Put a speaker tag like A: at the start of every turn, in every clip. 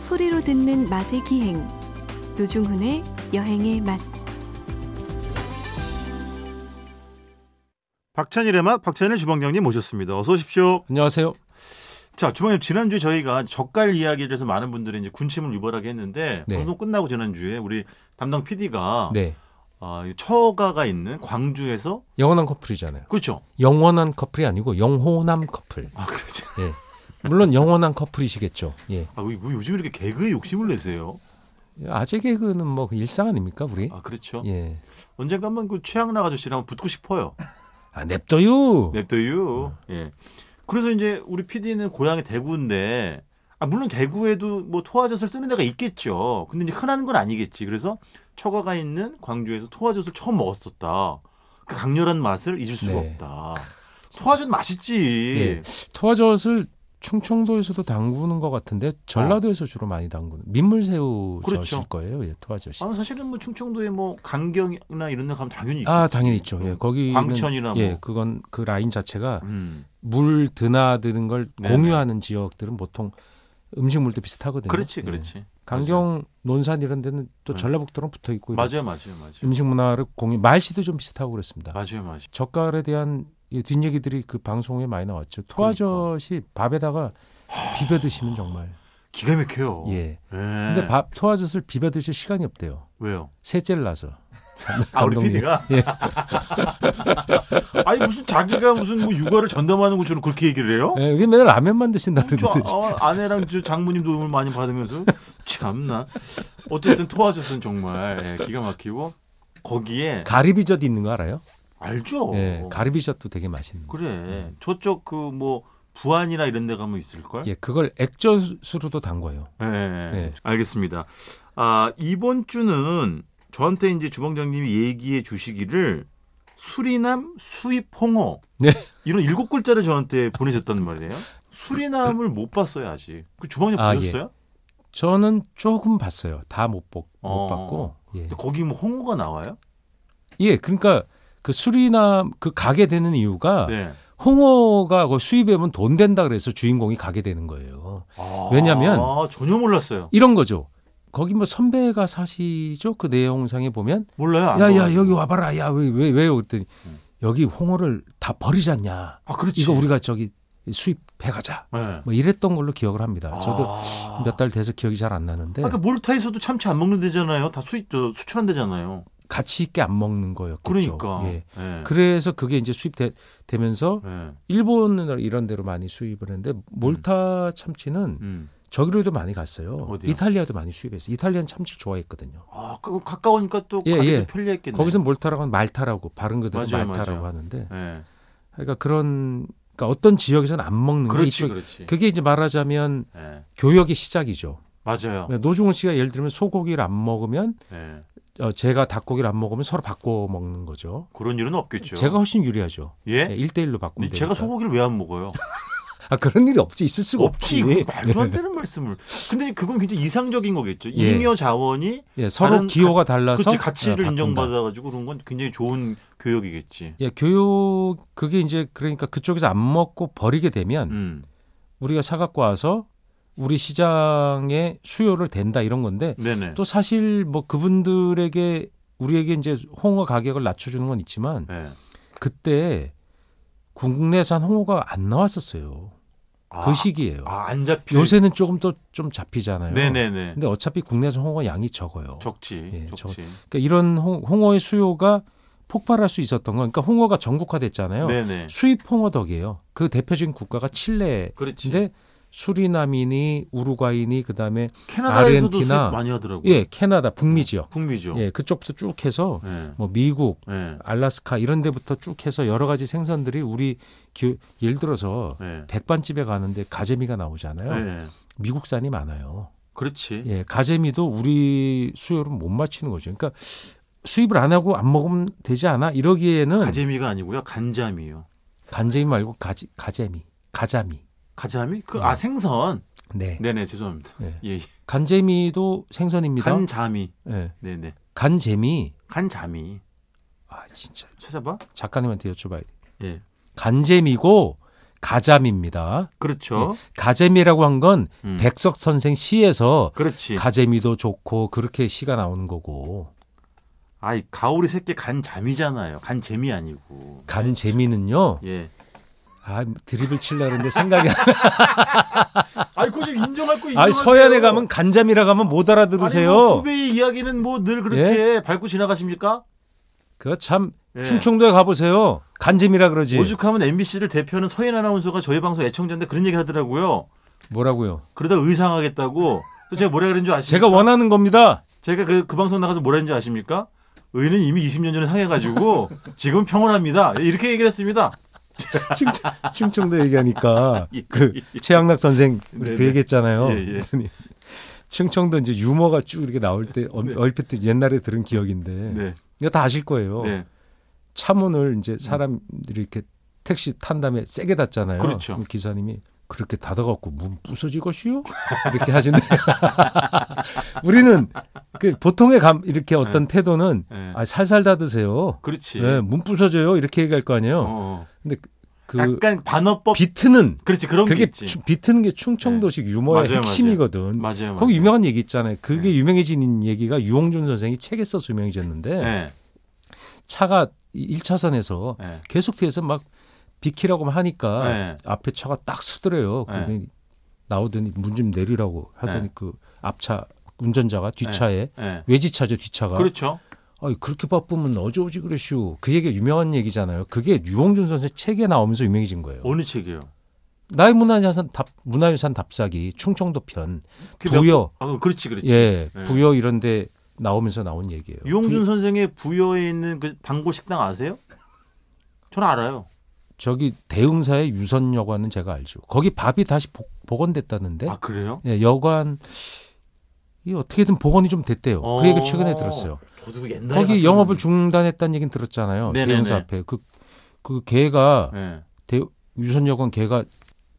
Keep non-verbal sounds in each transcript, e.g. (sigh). A: 소리로 듣는 맛의 기행 노중훈의 여행의 맛
B: 박찬일의 맛 박찬일 주방장님 모셨습니다. 어서 오십시오.
C: 안녕하세요.
B: 자, 주방장님 지난주 저희가 젓갈 이야기를 해서 많은 분들이 이제 군침을 유발하게 했는데
C: 네.
B: 방송 끝나고 지난주에 우리 담당 PD가 아,
C: 네.
B: 처가가 있는 광주에서
C: 영원한 커플이잖아요.
B: 그렇죠.
C: 영원한 커플이 아니고 영호남 커플.
B: 아, 그렇죠.
C: 물론 영원한 커플이시겠죠. 예.
B: 아, 왜- 왜 요즘 이렇게 개그에 욕심을 내세요?
C: 아재 개그는 뭐그 일상 아닙니까, 우리?
B: 아, 그렇죠.
C: 예.
B: 언젠가 한번 그 최양락 아저씨랑 한번 붙고 싶어요.
C: 아,
B: 네.
C: 냅둬요.
B: 냅둬유. 예. 그래서 이제 우리 PD는 고향이 대구인데 아 물론 대구에도 뭐 토화젓을 쓰는 데가 있겠죠. 근데 이제 흔한 건 아니겠지. 그래서 처가가 있는 광주에서 토화젓을 처음 먹었었다. 그 강렬한 맛을 잊을 수가
C: 네.
B: 없다. 토화젓 맛있지.
C: 예. 토화젓을 충청도에서도 담그는 것 같은데 전라도에서 주로 많이 담그는 민물새우
B: 그렇죠.
C: 젓일 거예요. 예, 토화젓이.
B: 아 사실은 뭐 충청도에 뭐 강경이나 이런 데 가면 당연히 있겠지.
C: 아, 당연히 있죠. 예, 거기
B: 그렇죠. 광천이나
C: 예,
B: 뭐.
C: 그건 그 라인 자체가
B: 음.
C: 물 드나드는 걸
B: 네네.
C: 공유하는 지역들은 보통 음식물도 비슷하거든요.
B: 그렇지,
C: 예.
B: 그렇지.
C: 강경 논산 이런 데는 또
B: 네.
C: 전라북도랑 붙어 있고
B: 맞아요, 맞아요, 맞아요.
C: 음식 문화를 공유 말씨도 좀 비슷하고 그랬습니다.
B: 맞아요, 맞아요.
C: 젓갈에 대한 이 뒷얘기들이 그 방송에 많이 나왔죠.
B: 그러니까.
C: 토화젓이 밥에다가 비벼 드시면 정말
B: 기가 막혀요. 예.
C: 예. 근데 밥 토화젓을 비벼 드실 시간이 없대요.
B: 왜요?
C: 셋째를 나서.
B: (laughs) 아, 우리
C: 감독님. (laughs) 예.
B: PD가? (laughs) 아니, 무슨 자기가 무슨 뭐 육아를 전담하는 것처럼 그렇게 얘기를 해요?
C: 예, 이게 맨날 라면만 드신다
B: 저
C: 그러는데
B: 어, 아내랑 저 장모님 도움을 많이 받으면서 참나. 어쨌든 토하셨은 정말 예, 기가 막히고 거기에
C: 가리비젓 있는 거 알아요?
B: 알죠.
C: 예, 가리비젓도 되게 맛있는. 거.
B: 그래 저쪽 그 뭐 부안이나 이런 데 가면 있을 걸.
C: 예, 그걸 액젓으로도 담궈요.
B: 예,
C: 예.
B: 알겠습니다. 아, 이번 주는 저한테 이제 주방장님이 얘기해 주시기를 수리남 수입 홍어.
C: 네.
B: 이런 일곱 글자를 저한테 보내셨단 말이에요. 수리남을 못 봤어요, 아직. 그 주방장님
C: 아,
B: 보셨어요?
C: 저는 조금 봤어요. 다 못 봤고.
B: 어.
C: 예.
B: 근데 거기 뭐 홍어가 나와요?
C: 예, 그러니까 그 수리남 그 가게 되는 이유가
B: 네.
C: 홍어가 그 수입하면 돈 된다 그래서 주인공이 가게 되는 거예요.
B: 아,
C: 왜냐면-
B: 전혀 몰랐어요.
C: 이런 거죠. 거기 뭐 선배가 사시죠? 그 내용상에 보면
B: 몰라요. 안
C: 야야
B: 먹어요.
C: 여기 와봐라 야 왜 왜 왜요? 그랬더니
B: 아, 뭐. 음.
C: 여기 홍어를 다 버리잖냐.
B: 아, 그렇지.
C: 이거 우리가 저기 수입해가자.
B: 네.
C: 뭐 이랬던 걸로 기억을 합니다. 저도 네.
B: 아.
C: 몇 달 돼서 기억이 잘 안 나는데
B: 아, 그 몰타에서도 참치 안 먹는 데잖아요. 다 수입 저 수출한 데잖아요.
C: 같이 있게 안 먹는 거였겠죠.
B: 그러니까.
C: 예.
B: 예.
C: 그래서 그게 이제 수입되면서
B: 예.
C: 일본 이런 데로 많이 수입을 했는데 몰타 참치는
B: 음.
C: 저기로도 많이 갔어요.
B: 어디요?
C: 이탈리아도 많이 수입했어요. 이탈리안 참치 좋아했거든요.
B: 아, 그 가까우니까 또
C: 예,
B: 가기도
C: 예.
B: 편리했겠네.
C: 거기서 몰타라고 하면 말타라고 발음 그대로
B: 맞아요,
C: 말타라고
B: 맞아요.
C: 하는데
B: 예.
C: 그러니까 그런 그러니까 어떤 지역에서는 안 먹는 게
B: 그렇지,
C: 이쪽-
B: 그렇지.
C: 그게 이제 말하자면
B: 예.
C: 교역의 시작이죠. 그러니까
B: 맞아요.
C: 노중훈 씨가 예를 들면 소고기를 안 먹으면
B: 예.
C: 어, 제가 닭고기를 안 먹으면 서로 바꿔 먹는 거죠.
B: 그런 일은 없겠죠.
C: 제가 훨씬 유리하죠.
B: 예?
C: 네, 1대1로
B: 그렇죠. 근데
C: 바꾸면
B: 제가
C: 되니까.
B: 소고기를 왜 안 먹어요?
C: 아 그런 일이 없지 있을 수가
B: 없지.
C: (laughs)
B: 그
C: 없지. 네,
B: 이거 말도 안 되는 말씀을. 근데 그건 굉장히 이상적인 거겠죠.
C: 예.
B: 임여 자원이
C: 예, 서로
B: 다른
C: 기호가 달라서
B: 그치
C: 어,
B: 가치를
C: 바꾼다.
B: 인정받아가지고 그런 건 굉장히 좋은 교육이겠지.
C: 예, 교육 그게 이제 그러니까 그쪽에서 안 먹고 버리게 되면
B: 음.
C: 우리가 사 갖고 와서 우리 시장에 수요를 댄다 이런 건데
B: 음. 네네.
C: 또 사실 뭐 그분들에게 우리에게 이제 홍어 가격을 낮춰주는 건 있지만
B: 네.
C: 그때 국내산 홍어가 안 나왔었어요.
B: 아,
C: 그 시기예요.
B: 아, 안 잡히.
C: 요새는 조금 더 좀 잡히잖아요.
B: 네네네.
C: 근데 어차피 국내산 홍어 양이 적어요.
B: 적지.
C: 예,
B: 적지.
C: 그러니까 이런 홍, 홍어의 수요가 폭발할 수 있었던 건 그러니까 홍어가 전국화됐잖아요.
B: 네네.
C: 수입 홍어 덕이에요. 그 대표적인 국가가 칠레인데
B: 그렇지.
C: 수리남인이 우루과이니 그다음에
B: 캐나다에서도 수입
C: 아르헨티나.
B: 많이 하더라고요.
C: 예 캐나다 북미 지역
B: 북미죠.
C: 예 그쪽부터 쭉 해서
B: 예.
C: 뭐 미국
B: 예.
C: 알라스카 이런 데부터 쭉 해서 여러 가지 생선들이 우리 기, 예를 들어서
B: 예.
C: 백반집에 가는데 가재미가 나오잖아요.
B: 예.
C: 미국산이 많아요.
B: 그렇지.
C: 예 가재미도 우리 수요를 못 맞추는 거죠. 그러니까 수입을 안 하고 안 먹으면 되지 않아 이러기에는
B: 가재미가 아니고요. 간자미요.
C: 간재미 말고 가지, 가재미 가자미
B: 가자미?
C: 예.
B: 그, 아, 생선.
C: 네
B: 네네, 죄송합니다.
C: 네.
B: 예. 예.
C: 간재미도 생선입니다.
B: 간자미.
C: 예.
B: 네네.
C: 간재미.
B: 간자미.
C: 아 진짜
B: 찾아봐.
C: 작가님한테 여쭤봐야 돼.
B: 예.
C: 간재미고 가자미입니다. 예.
B: 그렇죠.
C: 가재미라고 한 건
B: 음.
C: 예.
B: 예.
C: 백석 선생 시에서
B: 그렇지.
C: 가재미도 좋고 그렇게 시가 나오는 거고
B: 아이 가오리 새끼 간 잠이잖아요. 간 재미 아니고.
C: 간 재미는요.
B: 예.
C: 아 드립을 칠라 그러는데 생각이
B: (laughs)
C: 안
B: 아이 그거 좀 인정할 거
C: 아니 서현에 가면 그 간잠이라 가면 못 알아들으세요. 예.
B: 뭐 후배의 이야기는 뭐 늘 그렇게 밟고 지나가십니까?
C: 그 참
B: 예.
C: 충청도에 가보세요. 간잼이라 그러지.
B: 오죽하면 MBC를 대표하는 서인 아나운서가 저희 방송 애청자인데 그런 얘기를 하더라고요.
C: 뭐라고요?
B: 그러다 의상하겠다고. 또 제가 뭐라 그랬는 줄 아십니까?
C: 제가 원하는 겁니다.
B: 제가 그, 그 방송 나가서 뭐라 했는지 아십니까? 의는 이미 20년 전에
C: (laughs)
B: 상해가지고 지금 평온합니다. 이렇게 얘기를 했습니다.
C: 충청, 충청도 얘기하니까
B: (laughs) 예,
C: 그 최양락 선생
B: 네,
C: 그
B: 네.
C: 얘기했잖아요.
B: 예, 예.
C: 그랬더니 충청도 이제 유머가 쭉 이렇게 나올 때 얼-
B: 네.
C: 얼핏 또 옛날에 들은 기억인데
B: 네.
C: 이거 다 아실 거예요.
B: 네.
C: 차문을 이제 사람들이 이렇게 택시 탄 다음에 세게 닫잖아요.
B: 그렇죠.
C: 그럼 기사님이 그렇게 닫아갖고 문 부서지것이요? 이렇게 하시는데 (laughs) 우리는 그 보통의 감 이렇게 어떤 태도는
B: 네.
C: 아, 살살 닫으세요.
B: 그렇지.
C: 예, 문 부서져요. 이렇게 얘기할 거 아니에요.
B: 어.
C: 근데 뭐, 그
B: 약간 뭐 반어법.
C: 비트는
B: 그렇지 그런 게
C: 그게
B: 있지. 네.
C: 추- 비트는 게 충청도식 유머의
B: 맞아요, 맞아요.
C: 핵심이거든.
B: 맞아요. 맞아요.
C: 거기 유명한 얘기 있잖아요. 그게
B: 네.
C: 유명해진 얘기가 유홍준 선생이 책에 써서 유명해졌는데
B: 네.
C: 차가 1차선에서
B: 네.
C: 계속 뒤에서 막 비키라고 하니까
B: 네.
C: 앞에 차가 딱 수더래요.
B: 네.
C: 근데 나오더니 문 좀 내리라고 하더니
B: 네.
C: 그 앞차 운전자가 뒷차에
B: 네.
C: 외지차죠 뒷차가.
B: 그렇죠.
C: 아이, 그렇게 바쁘면 어지오지 그러시오. 그 얘기 유명한 얘기잖아요. 그게 유홍준 선생 책에 나오면서 유명해진 거예요.
B: 어느 책이에요?
C: 나의 문화유산 답 문화유산 답사기 충청도 편
B: 그게 몇-
C: 부여
B: 아, 그렇지 그렇지.
C: 예
B: 네.
C: 부여 이런데 나오면서 나온 얘기예요.
B: 유홍준
C: 부-
B: 선생의 부여에 있는 그 단골 식당 아세요? 저는 알아요.
C: 저기 대흥사의 유선 여관은 제가 알죠. 거기 밥이 다시 복, 복원됐다는데
B: 아 그래요?
C: 예, 여관 이 어떻게든 복원이 좀 됐대요.
B: 어.
C: 그 얘기 최근에 들었어요.
B: 저도 그 옛날에
C: 거기
B: 갔었는데.
C: 영업을 중단했다는 얘기는 들었잖아요.
B: 네네네.
C: 대흥사 앞에 그, 그그 개가
B: 예.
C: 대, 유선여관 개가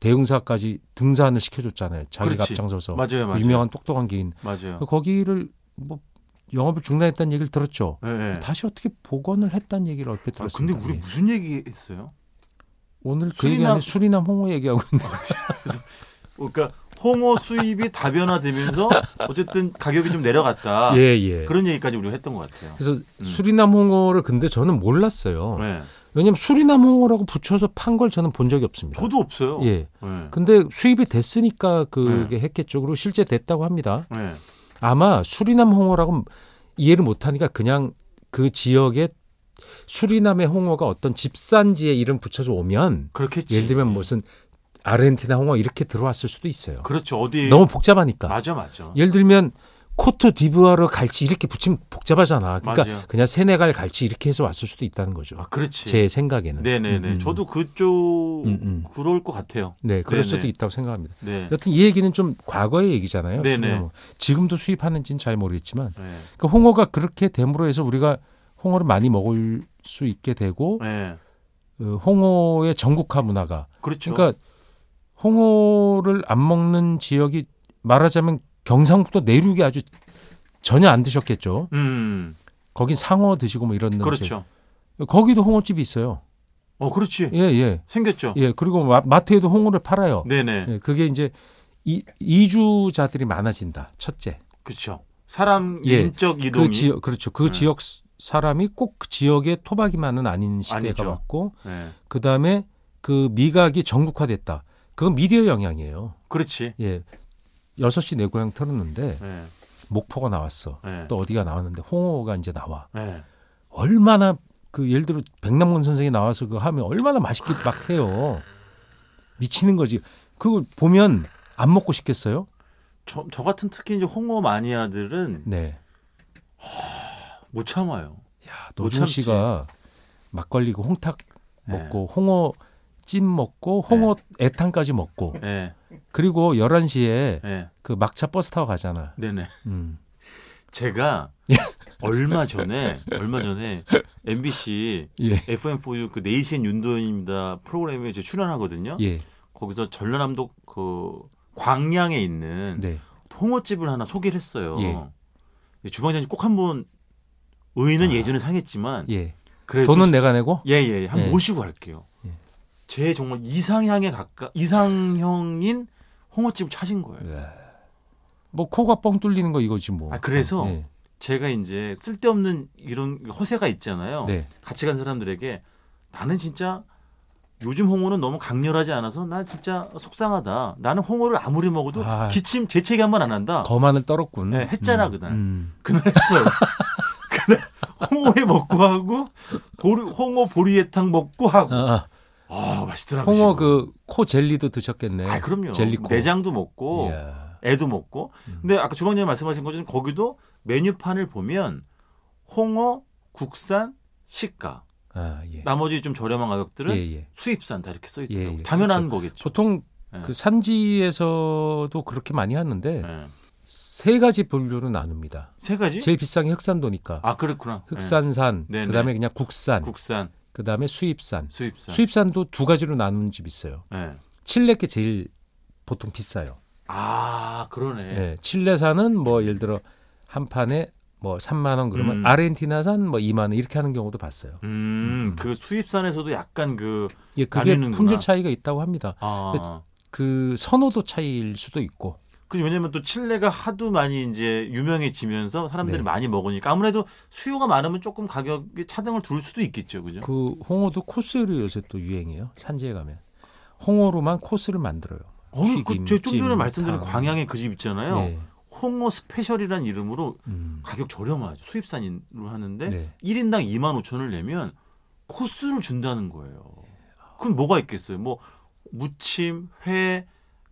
C: 대흥사까지 등산을 시켜줬잖아요. 자기가
B: 그렇지.
C: 앞장서서
B: 맞아요,
C: 그
B: 맞아요.
C: 유명한 똑똑한 개인
B: 맞아요.
C: 그 거기를 뭐 영업을 중단했다는 얘기를 들었죠.
B: 예, 예.
C: 다시 어떻게 복원을 했다는 예. 얘기를 얼핏
B: 아,
C: 들었어요.
B: 근데 우리 무슨 얘기 했어요?
C: 오늘 그
B: 수리남-
C: 얘기 아니 수리남 홍어 얘기하고 있는
B: 그러니까 홍어 수입이 다변화되면서 어쨌든 가격이 좀 내려갔다.
C: 예예.
B: 아, 그런 얘기까지 우리가 했던 것 같아요.
C: 그래서
B: 음.
C: 수리남 홍어를 근데 저는 몰랐어요.
B: 네.
C: 왜냐면 수리남 홍어라고 붙여서 판 걸 저는 본 적이 없습니다.
B: 저도 없어요.
C: 예.
B: 네.
C: 근데 수입이 됐으니까 그게 했겠죠. 그리고 실제 됐다고 합니다.
B: 네.
C: 아마 수리남 홍어라고 이해를 못하니까 그냥 그 지역에 수리남의 홍어가 어떤 집산지에 이름 붙여서 오면
B: 그렇겠지.
C: 예를 들면 뭐 무슨 아르헨티나 홍어 이렇게 들어왔을 수도 있어요.
B: 그렇죠. 어디
C: 너무 복잡하니까.
B: 맞아 맞아.
C: 예를 들면 코트 디부아르 갈치 이렇게 붙이면 복잡하잖아. 그러니까
B: 맞아요.
C: 그냥 세네갈 갈치 이렇게 해서 왔을 수도 있다는 거죠.
B: 아 그렇지.
C: 제 생각에는.
B: 네네네.
C: 음, 음.
B: 저도 그쪽
C: 음, 음.
B: 그럴 것 같아요.
C: 네, 그럴
B: 네네.
C: 수도 있다고 생각합니다.
B: 네.
C: 여튼 이 얘기는 좀 과거의 얘기잖아요.
B: 네네.
C: 수리남 홍어. 지금도 수입하는지는 잘 모르겠지만
B: 네.
C: 그 홍어가 그렇게 됨으로 해서 우리가 홍어를 많이 먹을 수 있게 되고
B: 네.
C: 어, 홍어의 전국화 문화가
B: 그렇죠.
C: 그러니까 홍어를 안 먹는 지역이 말하자면 경상북도 내륙이 아주 전혀 안 드셨겠죠.
B: 음.
C: 거긴 상어 드시고 뭐 이런 지역.
B: 그렇죠.
C: 거기도 홍어집이 있어요.
B: 어 그렇지.
C: 예, 예.
B: 생겼죠.
C: 예, 그리고 마, 마트에도 홍어를 팔아요.
B: 네네.
C: 예, 그게 이제 이, 이주자들이 많아진다. 첫째.
B: 그렇죠. 사람
C: 예.
B: 인적 이동이
C: 그 지역 그렇죠. 그
B: 네.
C: 지역 스- 사람이 꼭그 지역의 토박이만은 아닌 시대가
B: 아니죠.
C: 왔고
B: 네.
C: 그다음에 그 미각이 전국화됐다. 그건 미디어 영향이에요.
B: 그렇지.
C: 예. 6시 내 고향 틀었는데
B: 네.
C: 목포가 나왔어.
B: 네.
C: 또 어디가 나왔는데 홍어가 이제 나와.
B: 네.
C: 얼마나 그 예를 들어 백남문 선생이 나와서 그거 하면 얼마나 맛있게 막 해요. 미치는 거지. 그거 보면 안 먹고 싶겠어요?
B: 저, 저 같은 특히 이제 홍어 마니아들은
C: 네.
B: 못 참아요.
C: 야,
B: 못
C: 노준
B: 참지.
C: 씨가 막걸리고 홍탁
B: 네.
C: 먹고 홍어 찜 먹고 홍어 애탕까지 먹고
B: 네.
C: 그리고 11시에
B: 네.
C: 그 막차 버스 타고 가잖아.
B: 네네.
C: 음.
B: 제가 얼마 전에 얼마 전에 MBC
C: 예.
B: FM4U 그 4시엔 윤도현입니다 프로그램에 이제 출연하거든요.
C: 예.
B: 거기서 전라남도 그 광양에 있는
C: 네.
B: 홍어집을 하나 소개를 했어요.
C: 예.
B: 주방장님 꼭 한번 의는
C: 아.
B: 예전에 상했지만
C: 예.
B: 그래도
C: 돈은 내가 내고
B: 예예 한
C: 예.
B: 모시고 갈게요.
C: 예.
B: 제 정말 이상향에 가까 이상형인 홍어집을 찾은 거예요.
C: 예. 뭐 코가 뻥 뚫리는 거 이거지 뭐.
B: 아, 그래서?
C: 네.
B: 제가 이제 쓸데없는 이런 허세가 있잖아요.
C: 네.
B: 같이 간 사람들에게 나는 진짜 요즘 홍어는 너무 강렬하지 않아서 나 진짜 속상하다. 나는 홍어를 아무리 먹어도
C: 아.
B: 기침 재채기 한 번 안 한다.
C: 거만을 떨었군.
B: 네, 했잖아, 그날.
C: 음.
B: 그날 했어요. (laughs) 그날 홍어회 먹고 하고 보리, 홍어 보리애탕 먹고 하고.
C: 아,
B: 아 맛있더라고.
C: 홍어
B: 지금.
C: 그 코 젤리도 드셨겠네.
B: 아 그럼요.
C: 예, 젤리코.
B: 내장도 먹고
C: 이야.
B: 애도 먹고.
C: 음.
B: 근데 아까 주방장님 말씀하신 것처럼 거기도 메뉴판을 보면 홍어 국산 시가
C: 아, 예.
B: 나머지 좀 저렴한 가격들은
C: 예, 예.
B: 수입산 다 이렇게 써 있더라고요.
C: 예, 예.
B: 당연한 거겠죠.
C: 보통
B: 네.
C: 그 산지에서도 그렇게 많이 하는데
B: 예.
C: 세 가지 분류로 나눕니다.
B: 세 가지?
C: 제일 비싼 게 흑산도니까.
B: 네? 아 그렇구나. 예.
C: 흑산산,
B: 네, 네.
C: 그다음에 그냥 국산,
B: 국산,
C: 그다음에 수입산.
B: 수입산.
C: 수입산도 두 가지로 나누는 집 있어요.
B: 예.
C: 칠레 게 제일 보통 비싸요.
B: 아 그러네.
C: 예, 칠레산은 뭐 예를 들어 한 판에 뭐 3만 원 그러면
B: 음.
C: 아르헨티나산 뭐 2만 원 이렇게 하는 경우도 봤어요.
B: 음, 그 수입산에서도 약간 그
C: 예, 그게
B: 나뉘는구나.
C: 품질 차이가 있다고 합니다.
B: 아,
C: 그 선호도 차이일 수도 있고.
B: 그죠 왜냐면 또 칠레가 하도 많이 이제 유명해지면서 사람들이
C: 네.
B: 많이 먹으니까 아무래도 수요가 많으면 조금 가격에 차등을 둘 수도 있겠죠, 그죠?
C: 그 홍어도 코스로 요새 또 유행이에요. 산지에 가면 홍어로만 코스를 만들어요.
B: 어,
C: 튀김,
B: 그제좀 전에
C: 찜,
B: 말씀드린
C: 탕.
B: 광양의 그 집 있잖아요.
C: 예.
B: 홍어 스페셜이란 이름으로
C: 음.
B: 가격 저렴하죠. 수입산으로 하는데
C: 네.
B: 1인당 2만 5천을 내면 코스를 준다는 거예요. 그럼 뭐가 있겠어요? 뭐 무침, 회,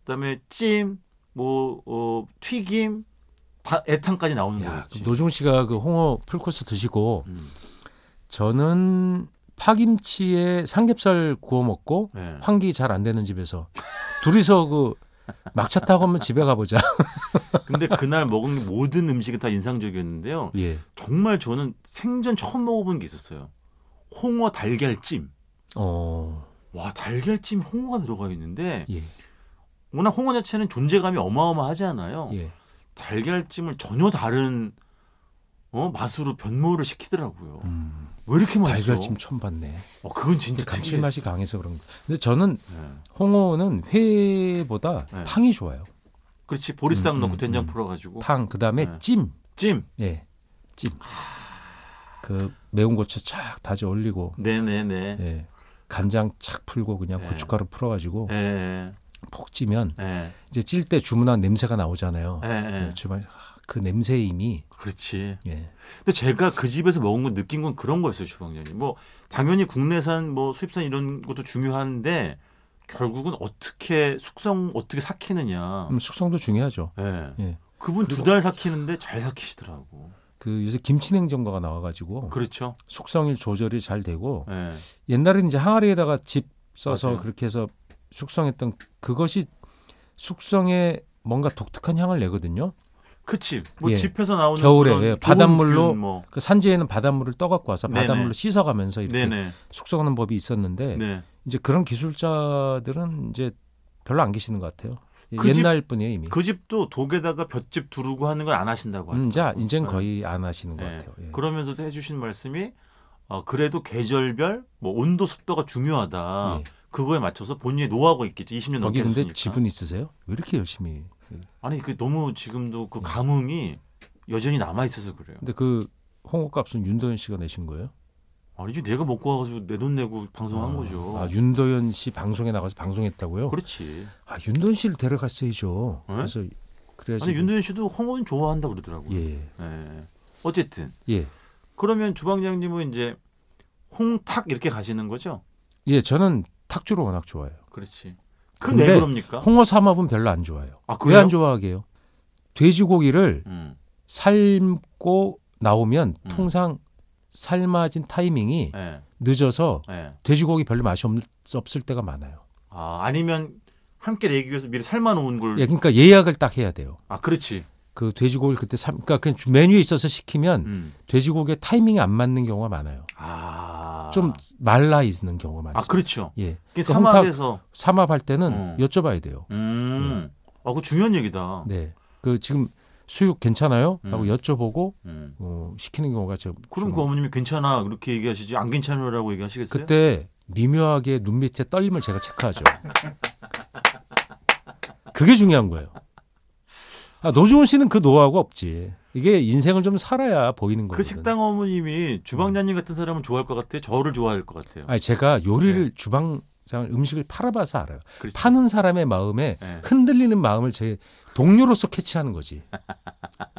B: 그다음에 찜, 뭐 어, 튀김, 다 애탕까지 나오는
C: 야,
B: 거겠지.
C: 노중 씨가 그 홍어 풀코스 드시고
B: 음,
C: 저는 파김치에 삼겹살 구워 먹고
B: 네.
C: 환기 잘 안 되는 집에서 둘이서 그 막차 타고 한번 집에 가보자.
B: 근데 그날 먹은 모든 음식은 다 인상적이었는데요.
C: (laughs) 예.
B: 정말 저는 생전 처음 먹어본 게 있었어요. 홍어 달걀찜.
C: 어.
B: 와 달걀찜 홍어가 들어가 있는데
C: 예.
B: 워낙 홍어 자체는 존재감이 어마어마하잖아요.
C: 예.
B: 달걀찜을 전혀 다른 어, 맛으로 변모를 시키더라고요.
C: 음,
B: 왜 이렇게 맛있어?
C: 달걀찜 처음 봤네.
B: 어, 그건 진짜
C: 감칠맛이 강해서 그런 거. 근데 저는
B: 특이했어요. 예.
C: 홍어는 회보다
B: 네.
C: 탕이 좋아요.
B: 그렇지 보리쌈
C: 음,
B: 넣고
C: 음,
B: 된장
C: 음.
B: 풀어가지고
C: 탕 그다음에
B: 네.
C: 찜.
B: 찜.
C: 예. 찜. 그 매운 고추 착 다져 올리고
B: 네네네.
C: 예. 간장 착 풀고 그냥
B: 네.
C: 고춧가루 풀어 가지고
B: 예.
C: 푹 찌면
B: 예.
C: 이제 찔 때 주문한 냄새가 나오잖아요.
B: 예. 예.
C: 예, 주말 아, 그 냄새의 힘이
B: 그렇지.
C: 예.
B: 근데 제가 그 집에서 먹은 거 느낀 건 그런 거였어요, 주방장님. 뭐 당연히 국내산 뭐 수입산 이런 것도 중요한데 결국은 어떻게 숙성 어떻게 삭히느냐.
C: 음, 숙성도 중요하죠.
B: 예.
C: 예.
B: 그분 두 달 삭히는데 잘 삭히시더라고.
C: 그 요새 김치 냉장고가 나와 가지고
B: 그렇죠.
C: 숙성일 조절이 잘 되고
B: 예.
C: 옛날에는 이제 항아리에다가 집 써서
B: 맞아요.
C: 그렇게 해서 숙성했던 그것이 숙성에 뭔가 독특한 향을 내거든요.
B: 그치. 뭐
C: 예.
B: 집에서 나오는
C: 겨울에,
B: 그런
C: 예,
B: 좋은
C: 바닷물로
B: 균 뭐.
C: 그 산지에는 바닷물을 떠갖고 와서
B: 네네.
C: 바닷물로 씻어가면서 이렇게 예.
B: 네네.
C: 숙성하는 법이 있었는데
B: 네.
C: 이제 그런 기술자들은 이제 별로 안 계시는 것 같아요. 예,
B: 그 집-
C: 옛날 뿐이에요 이미.
B: 그 집도 독에다가 볏짚 두르고 하는 걸 안 하신다고
C: 음, 이제
B: 하더라고요.
C: 이제는
B: 예.
C: 거의 안 하시는 것
B: 예.
C: 같아요. 예.
B: 그러면서도 해주신 말씀이 어, 그래도 계절별 뭐 온도 습도가 중요하다.
C: 예.
B: 그거에 맞춰서 본인의 노하우가 있겠죠. 20년 네, 넘게
C: 거기 근데
B: 했으니까.
C: 지분 있으세요? 왜 이렇게 열심히?
B: 아니 그 너무 지금도
C: 음.
B: 그 감흥이 여전히 남아 있어서 그래요.
C: 근데 그 홍어값은 윤도현 씨가 내신 거예요?
B: 아니 이제 내가 먹고 와가지고 내 돈 내고 방송한
C: 아,
B: 거죠.
C: 아 윤도현 씨 방송에 나가서 방송했다고요?
B: 그렇지.
C: 아 윤도현 씨를 데려갔어야죠.
B: 네?
C: 그래서 그래야지.
B: 아니 윤도현 씨도 홍어는 좋아한다 그러더라고요.
C: 예,
B: 예. 어쨌든
C: 예,
B: 그러면 주방장님은 이제 홍탁 이렇게 가시는 거죠?
C: 예. 저는 탁주를 워낙 좋아해요.
B: 그렇지. 그럼 왜
C: 근데
B: 그럽니까?
C: 홍어 삼합은 별로 안 좋아해요.
B: 아
C: 왜 안 좋아하게요? 돼지고기를
B: 음.
C: 삶고 나오면
B: 음.
C: 통상 삶아진 타이밍이
B: 예.
C: 늦어서
B: 예.
C: 돼지고기 별로 맛이 없, 없을 때가 많아요.
B: 아 아니면 함께 내기 위해서 미리 삶아놓은 걸.
C: 예, 그러니까 예약을 딱 해야 돼요.
B: 아 그렇지.
C: 그 돼지고기를 그때 삶, 그러니까 그냥 메뉴에 있어서 시키면
B: 음.
C: 돼지고기의 타이밍이 안 맞는 경우가 많아요.
B: 아.
C: 좀 말라 있는 경우가
B: 아
C: 많습니다.
B: 그렇죠.
C: 예,
B: 그
C: 그 홍탁-
B: 삼합에서.
C: 삼합할 때는
B: 어.
C: 여쭤봐야 돼요.
B: 음. 아 그거 중요한 얘기다.
C: 네, 그 지금 수육 괜찮아요?
B: 음.
C: 하고 여쭤보고
B: 음.
C: 어, 시키는 경우가 지금
B: 그럼 그 어머님이 괜찮아 그렇게 얘기하시지 안 괜찮으라고 얘기하시겠어요?
C: 그때 미묘하게 눈밑의 떨림을
B: (laughs)
C: 제가 체크하죠. 그게 중요한 거예요. 아, 노중훈 씨는 그 노하우가 없지. 이게 인생을 좀 살아야 보이는 거거든.
B: 그 식당 어머님이
C: 음.
B: 주방장님 같은 사람은 좋아할 것 같아. 저를 좋아할 것 같아요.
C: 아니 제가 요리를 주방장 음식을 팔아봐서 알아요.
B: 네. 그렇죠.
C: 파는 사람의 마음에
B: 네.
C: 흔들리는 마음을 제 동료로서 캐치하는 거지.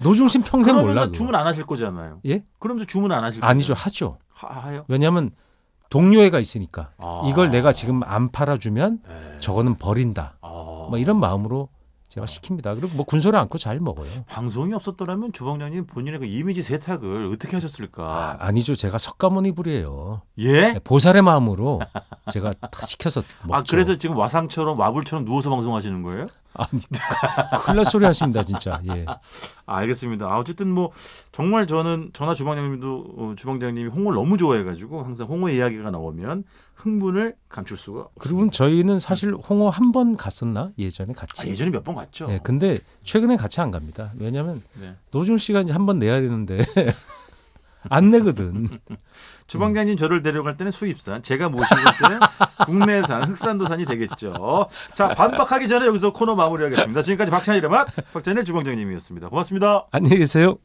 C: 노중훈 씨는 평생
B: 그러면서
C: 몰라. 그거.
B: 주문 안 하실 거잖아요.
C: 예?
B: 그러면서 주문 안 하실
C: 아니죠.
B: 거잖아요.
C: 하죠.
B: 하, 하요?
C: 왜냐하면 동료애가 있으니까
B: 아.
C: 이걸 내가 지금 안 팔아주면
B: 네.
C: 저거는 버린다.
B: 아.
C: 뭐 이런 마음으로 제가 시킵니다. 그리고 뭐 군소리 않고 잘 먹어요.
B: 방송이 없었더라면 주방장님 본인의 그 이미지 세탁을 어떻게 하셨을까?
C: 아, 니죠 제가 석가모니불이에요. 네,
B: 예?
C: 보살의 마음으로 제가 다 시켜서 먹죠.
B: 아 그래서 지금 와상처럼 와불처럼 누워서 방송하시는 거예요?
C: 아니, 큰일 날 소리 하십니다, 진짜. 예.
B: 아, 알겠습니다. 아, 어쨌든 뭐 정말 저는 전화 주방장님도 어, 주방장님이 홍어를 너무 좋아해가지고 항상 홍어 이야기가 나오면 흥분을 감출 수가. 아,
C: 그리고 저희는 사실 홍어 한 번 갔었나? 예전에 같이.
B: 아, 예전에 몇 번 갔죠.
C: 예, 근데 최근에 같이 안 갑니다. 왜냐하면
B: 네.
C: 노준 씨가 이제 한 번 내야 되는데 (laughs) 안 내거든.
B: 주방장님 저를 데려갈 때는 수입산, 제가 모시고 올 때는 (laughs) 국내산 흑산도산이 되겠죠. 자 반박하기 전에 여기서 코너 마무리하겠습니다. 지금까지 박찬일의 맛 박찬일 주방장님이었습니다. 고맙습니다.
C: 안녕히 계세요.